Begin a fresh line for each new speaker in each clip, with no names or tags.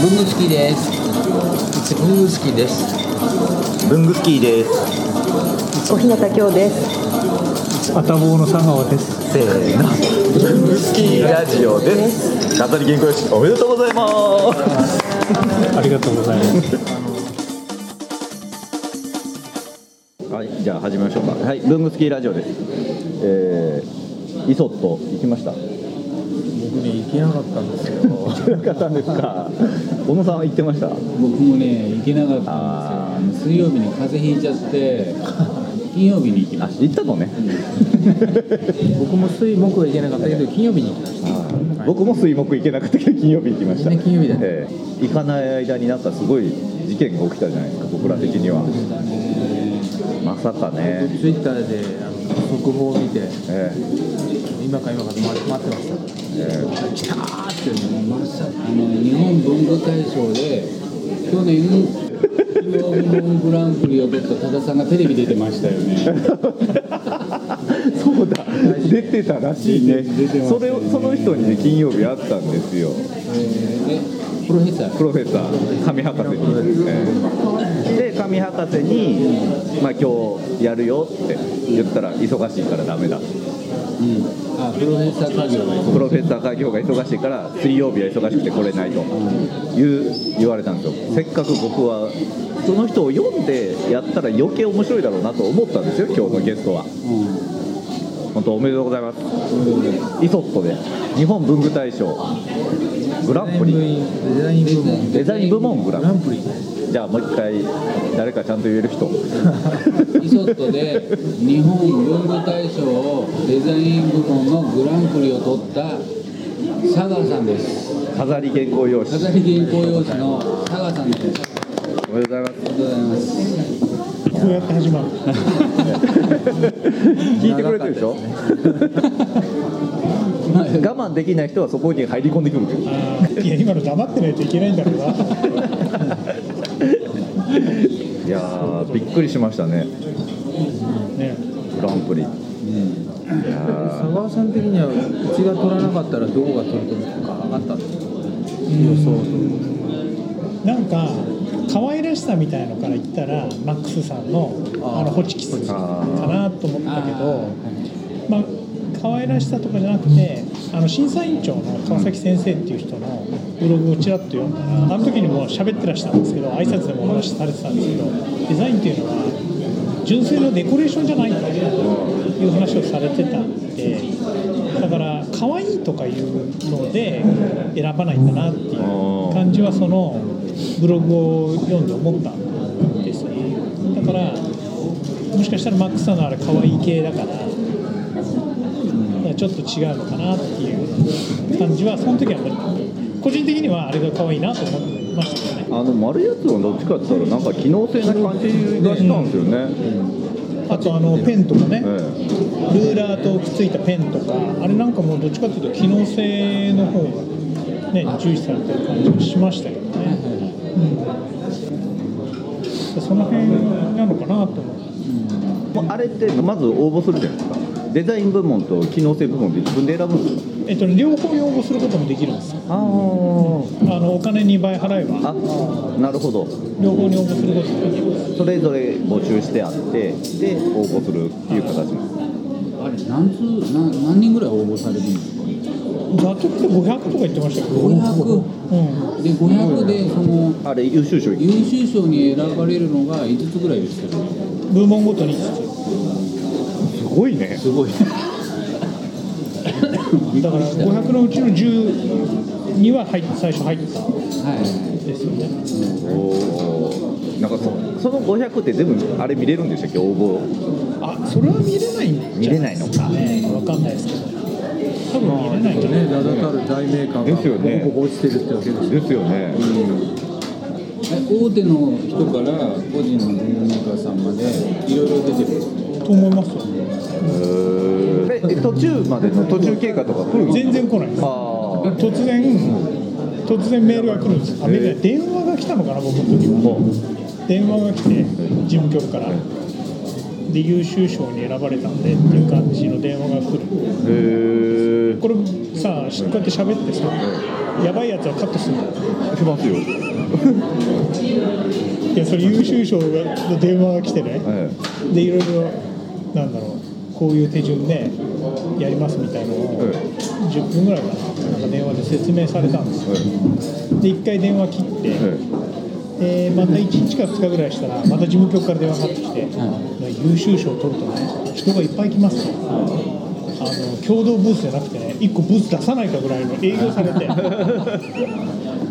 文具好きです文具好きです
文具スキーです
お日向今日です。
アタボーの佐川です。
せーの文具スキーラジオです飾り健康式おめでとうございます
ありがとうございます。
はいじゃあ始めましょうかはい文具スキーラジオですえー、イソット行きました
僕ね行けなかったんですよ
行けなかったんですか小野さんは行ってました
僕もね行けなかったんですよ水曜日に風邪ひいちゃって金曜日に行きまし
行ったのね
た僕も水木は行けなかったけど金曜日に行きました
僕も水木行けなくて金曜日行きました
みんな金曜日だね
ええ行かない間になんかすごい事件が起きたじゃないですか僕ら的にはまさかね、
ツイッターであの速報を見て
え
今か今かと待って待ってました
えええ
来たーってまさあの日本文具大賞で去年キングオブモングランプリを取った多田さんがテレビ出てましたよね
そうだ、出てたらしいね。
出てました
そ
ね
れをその人にね金曜日会ったんですよ。
えーでプロフェッサ
プ
ー
ロフェッサー神博士に。えーで神博士にまあ今日やるよって言ったら忙しいからダメだ。プ
うんあプロフェッサー家業がい
ロフェッサー会業が忙しいから水曜日は忙しくて来れないという言われたんですよ。せっかく僕はその人を読んでやったら余計面白いだろうなと思ったんですよ今日のゲストは。
うん
本当おめでとうございます。イソットで日本文具大賞グランプリ
デザイン部門
デザイン部門グラン
プリ
じゃあもう一回誰かちゃんと言える人
イソットで日本文具大賞をデザイン部門のグランプリを取った佐川さんです
飾り原稿用紙
飾り原稿用紙の佐川さんです
おめでとうござい
ありがとうございます
こうやって始まる。
ます聞いてくれてるでしょ
まあ
我慢できない人はそこに入り込んでくる
あーいや今の黙ってないといけないんだろうな。
いやーびっくりしましたね
ね、
グランプリいやー
佐川さん的にはうちが取らなかったらどこが取るとか上がったんですか
なんか可愛らしさみたいのから言ったらマックスさんのあのホチキスかなと思ったけど、まあ可愛らしさとかじゃなくて、あの審査委員長の川崎先生っていう人のブログをちらっと読んだら、あの時にもう喋ってらしたんですけど、挨拶でもお話しされてたんですけど、デザインっていうのは純粋なデコレーションじゃないんだいう話をされてたんでだから可愛いとかいうので選ばないんだなっていう感じはそのブログを読んで思ったんですねだからもしかしたらマックスさんのあれ可愛い系だからだからちょっと違うのかなっていう感じはその時はやっぱり個人的にはあれが可愛いなと思ってましたよね
あの丸いやつはどっちかって言ったらなんか機能性な感じがしたんですよね、
あとあのペンとかね、
ええ
ルーラーとくっついたペンとかあれなんかもうどっちかっていうと機能性の方がね重視されてる感じがしましたけどね、うん、その辺なのかなと思って
もうあれってまず応募するじゃないですかデザイン部門と機能性部門で自分で選ぶんですか
えっとね両方に応募することもできるんですよ
ああ
あのお金2倍払えば
あなるほど
両方に応募することもできます
それぞれ募集してあってで応募するっていう形なんで
あれ何通何何人ぐらい応募されてるんですか
ざっと来て500とか言ってましたけど
500
うん
で500でその
すあれ優秀賞
優秀賞に選ばれるのが5つぐらいですけど
部門ごとに5
すごいね
すご い
つだから500のうちの10には入っ最初入ったん
はい
ですよね
おーなんかそその500って全部あれ見れるんでしたっけ応募
あそれは見れないんじゃ
見れないのか
ねわかんないですけど多分見れないんじゃない
ね、名だたる大メーカーが
ですよね
ここ落ちてるってわけですよ
ですよね
え大手の人から個人の文具メーカーさんまでいろいろ出てるんですね
と思いますよ
え途中までの途中経過とか来る
全然来ないです
ああ
突然突然メールが来るんですあメールじゃない電話が来たのかな僕の時は電話が来て事務局からで優秀賞に選ばれたんでっていう感じの電話が来る
へえ
これさこうやって喋ってさやばいやつはカットするんだよ
しますよ、
いやそれ優秀賞の電話が来てね、
え
でいろいろなんだろうこういう手順でやりますみたいなのを
え
10分ぐらいかななんか電話で説明されたんですよで1回電話切って、
え
でまた1日か2日ぐらいしたらまた事務局から電話かかってきて、優秀賞を取るとね人がいっぱい来ますと、あの共同ブースじゃなくてね1個ブース出さないかぐらいの営業さ れて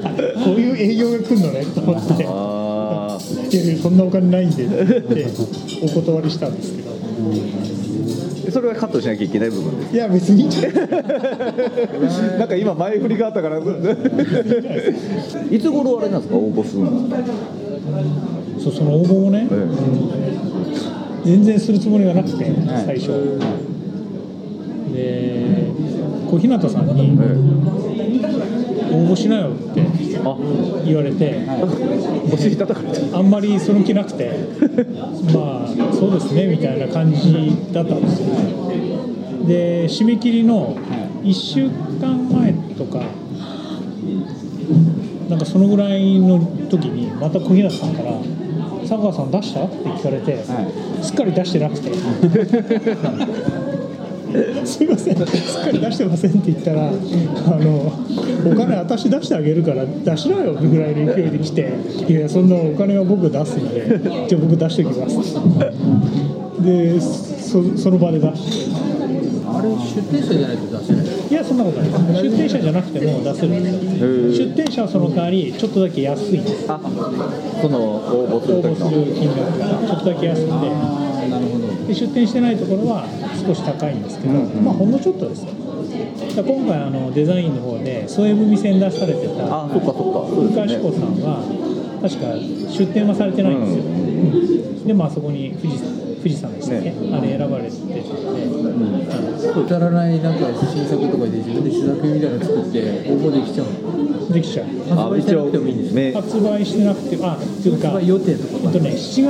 あこういう営業が来るのねと思って。
ああ
いやいやそんなお金ないんでってお断りしたんですけど
それはカットしなきゃいけない部分で
いや別にいいんじゃない
すなんか今前振りがあったからいつ頃あれなんですか応募するんですか、
そうその応募をね全然するつもりがなくて最初で小日向さんに
え
「応募しなよ」って
えあ
言われて
お尻叩かれちゃ
あんまりその気なくてまあそうですねみたいな感じだったんですよで締め切りの1週間前とかなんかそのぐらいの時にまた小日向さんから「佐川さん出した?」って聞かれて、すっかり出してなくて「すいませんすっかり出してません」って言ったら「あのお金私出してあげるから出しなよ」ぐらいの勢いで来て「いやそんなお金は僕出すんでじゃあ僕出しておきます」でそその場で出して
あれ出店者じゃないと出せない
いやそんなことない出店者じゃなくても出せるんですよ出店者はその代わりちょっとだけ安いんで
う
す
あその応募する
応募
時
す
の
る金額がちょっとだけ安くて
ああなるほど
で出店してないところは少し高いんですけど、まあ、ほんのちょっとですよだから今回あのデザインの方で添え踏み線出されてた
あそっかそっかそう
古
で
川
す
志
ね
子さんは確か出店はされてないんですよ、でまあそこに富士富士山でしたっけ、あれ選ばれてたんで、
くだらないなんか新作とかで自分で試作みたいなの作って応募できちゃうの
できちゃう
あ一応め
発売してなくてあっていうか
発売予定とか
えっとね、7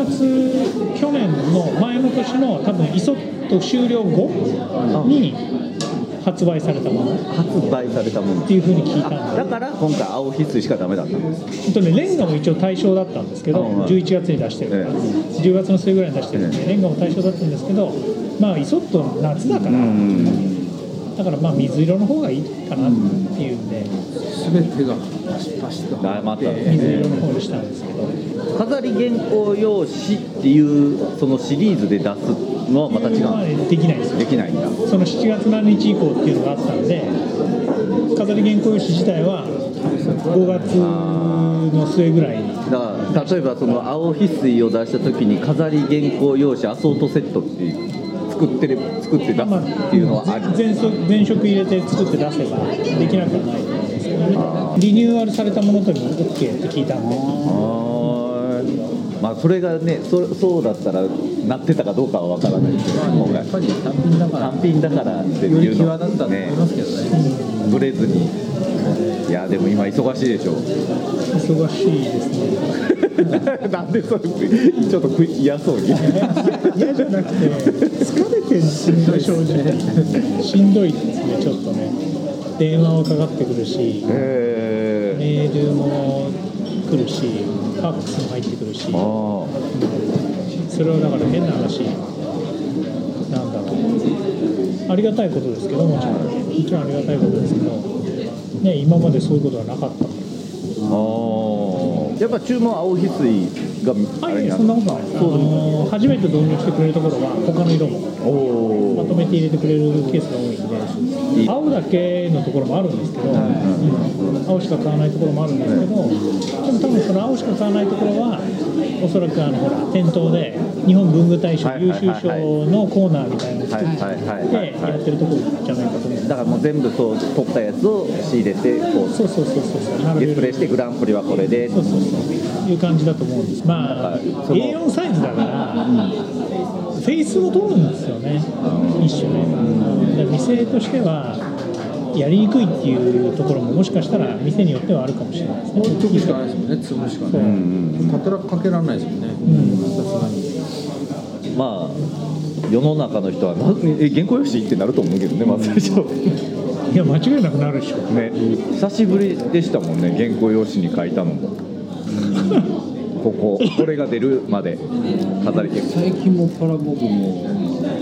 月去年の前の年の多分イソット終了後に発売されたものっ
発売されたもの
ていうふうに聞いたん
あ
で
だから今回青必須しかダメだったんです
えっとね、レンガも一応対象だったんですけど、
うん
11月に出してるから、
ええ
10月の末ぐらいに出してるんで、
え
レンガも対象だったんですけど、まあ、イソット夏だから、だからまあ水色の方がいいかなっていうんで、
全てがパシパシと
あまた
水色の方にしたんですけど、
飾り原稿用紙っていうそのシリーズで出すのはまた違
まあ
う
できないですよ
できないんだ
その7月何日以降っていうのがあったんで飾り原稿用紙自体は5月の末ぐらいに
だから例えばその青翡翠を出した時に飾り原稿用紙アソートセットっていう作ってれ作って出すっていうのはあり
全色全色入れて作って出せばできなくはないと思うんですけどねリニューアルされたものとにも OK って聞いたんで
あーまあそれがねそそうだったらなってたかどうかは分からないですけど今
や
回
っぱり単品だから
単品だからって
よ
い
り
う
際
の
立ったと思いますけどね
ブレずにいやでも今忙しいでしょ
忙しいですね
なんでそれちょっと食い嫌そうに
嫌じゃなくて疲れてるんですよ正直しんどいですねちょっとね電話もかかってくるし
へえ
メールも来るしファックスも入ってくるし
ああ
それはだから変な話なんだろうありがたいことですけどもちろんもちろんありがたいことですけど、ね、今までそういうことはなかった
ああやっぱ注文は青翡翠が
あ
あ
いえ
れ
い
に
え
な
そんなことはないですあの初めて導入してくれるところは他の色も
お
ま
お
とめて入れてくれるケースが多いん
いい
で青だけのところもあるんですけど、青しか買わないところもあるんですけど、でも多分その青しか買わないところはおそらくあのほら店頭で日本文具大賞
はいはい
優
はい
秀賞のコーナーみたいなのを
は
作
い
っ
はいはいはい
て
は
やってるところじゃないかと思うんで
いだからもう全部そう取ったやつを仕入れてこ
そうそうそうそうそう
う
並
デ
べ
ィス
る
プレイしてグランプリはこれで
そうそうそういう感じだと思うんですま
な
あ
んかその
A4 サイズだから、フェイスも取るんですよね一種ねだから店としてはやりにくいっていうところももしかしたら店によってはあるかもしれないですね
もう一曲しかないですもんね積むしかね働くかけられないですもんねさすがに
まあ世の中の人はなえ原稿用紙ってなると思うけどねまず最初
いや間違いなくなるでしょ
ね、久しぶりでしたもんね原稿用紙に書いたのもこここれが出るまで飾り結
最近もパラボクも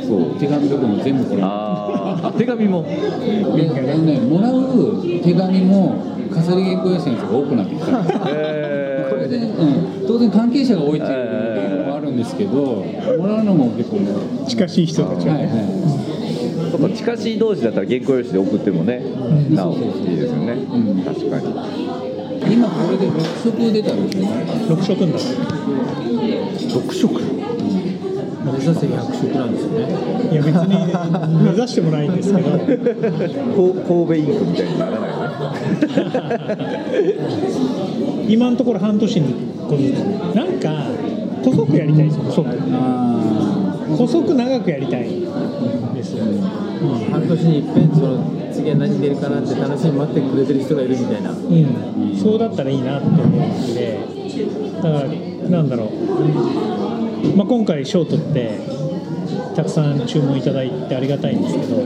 そう
手紙とかも全部これ
あーあ手紙も
であのねもらう手紙も飾り原稿用紙のやつが多くなってき た
え
当然、うん、当然関係者が多いっていう理由もあるんですけど、もらうのも結構ね、
近しい人たちは
はいは
ー、そっか近しい同士だったら原稿用紙で送ってもねなおいいですよね、
ん
確かに
い、今これで6色出たんですよね
6色になる
特色
目指せ100色なんですよね
いや別に目指してもないんですけど
こう神戸インクみたいにならないよね
今のところ半年に1個ずつなんか細くやりたいんですよ細く
あ
細く長くやりたいんですよ
半年に一遍その次は何出るかなって楽しみに待ってくれてる人がいるみたいな
うん、そうだったらいいなって思うんでだからなんだろう、まあ、今回ショートってたくさん注文いただいてありがたいんですけど、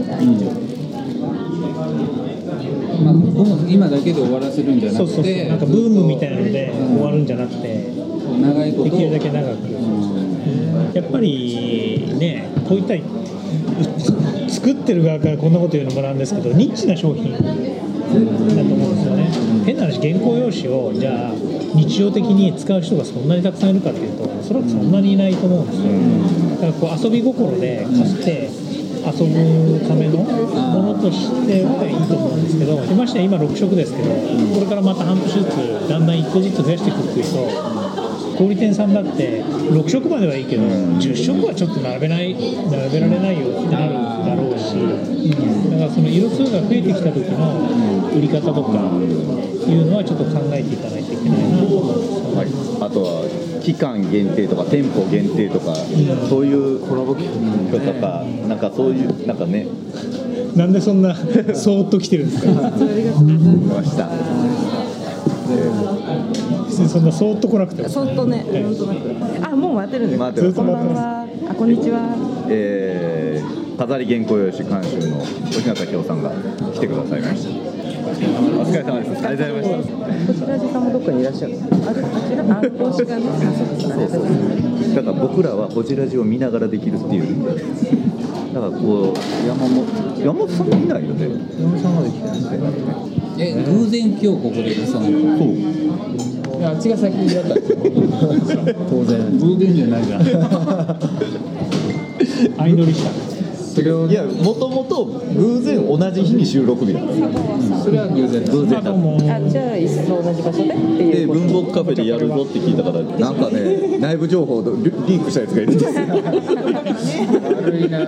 ーまあ、この今だけで終わらせるんじゃな
そう
く
そうそう
て
なんかブームみたいなので終わるんじゃなくて
長いこと
できるだけ長くやっぱりねこういった作ってる側からこんなこと言うのもなんですけどニッチな商品だと思うんですよね変な話原稿用紙をじゃあ日常的に使う人がそんなにたくさんいるかっていうとおそらくそんなにいないと思うんですよだからこう遊び心で貸して遊ぶためのものとしてはいいと思うんですけどましてや今6色ですけどこれからまた半年ずつだんだん1個ずつ増やしていくっていうと小売店さんだって6色まではいいけど、10色はちょっと並べない並べられないよってなるだろうし、だからその色数が増えてきた時の売り方とかいうのはちょっと考えていかないといけないなと思うんですよね
はい、あとは期間限定とか店舗限定とか、そういうコラボ企画とか、なんかそういうなんかね
なんでそんなそーっと来てるんですか
来ました
別にそんなそーっと来なくても
そっとね、なんとなく。あ、もう待ってるんです。
待って
ず
こ
ます
っと
んば
待って
ん
ま
は。あ、こんにちは。
えー飾り原稿用紙監修の小日向京さんが来てくださいましたお疲れ様ですありがとうございました
こちら時間もどっかにいらっしゃる。あ、あちら、あ、帽子がね、あ、そうです。ありがとうございます。
だから僕らはホジラジを見ながらできるっていうだからこう山本山本さんもいないよね
山本さんまで来てない
え偶然今日ここで重なっ
そう
たいやあっちが先にやったんですよ
当然
偶然じゃないじゃん
す相乗りした
それを
いやもともと偶然同じ日に収録日だった
それは偶然
偶
まあ
然だ
ど
っ
うも
あ、じゃあ、椅子の同じ場所でってい
で
うこと
文房具カフェでやるぞって聞いたからなんかね内部情報をリリークしたやつがいるんですよ
悪いな
で。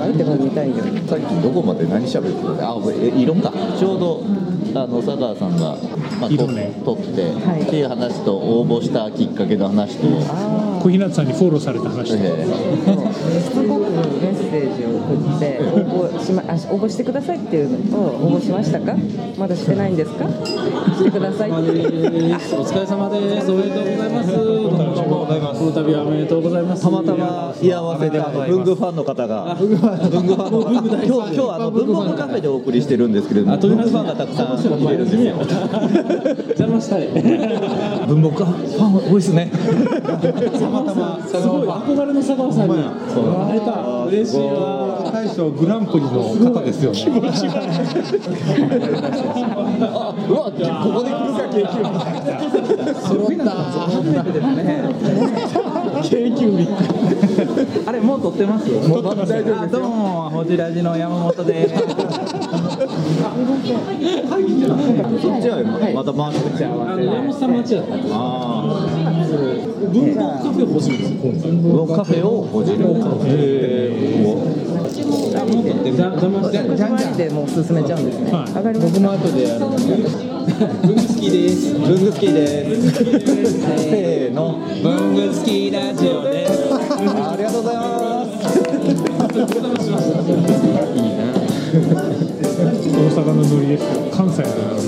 あえても見たいよ。
さっきどこまで何喋ってたんだあえ色かちょうどあの佐川さんが、まあ、と
色ね
撮って、
はい
っていう話と応募したきっかけの話と、
あ
小日向さんにフォローされた話で
え
あ、
ー
しつこくメッセージを送って、応募しま、あ、応募してくださいっていうのと、応募しましたか。まだしてないんですか。してくださいっていう。あ
お疲れ様です。おめでとうございます。この度はおめでとうございます。
たまたま居合わせで文具ファンの方が文具ファンの今日今日あの文房具カフェでお送りしてるんですけれども文具ファンがたくさん来てるんですよ
邪魔したい。
文房具ファン多いですね
たまたま。すごい憧れの佐川さんに会えた。嬉しいわ。
大賞グランプリの方ですよね。
うわここで来るか研究
揃った。
あれもう撮ってます？もう撮ってます。あどうもホジラジの山本です。
そっちはまた回してくれない
あの山本さん待ちだった。
あ
文房具カフェ欲しいんですよ。
ー文房具カフェをこじるへー
じゃ邪魔したい。
ここまででもう進めちゃうんですね。
はい
上がりま
僕
すか。
も後でやる。文具好きです。
文具好きです。せーの。
文具好きラジオです。
ありがとうございます。
大阪のノリですよ関西のノリ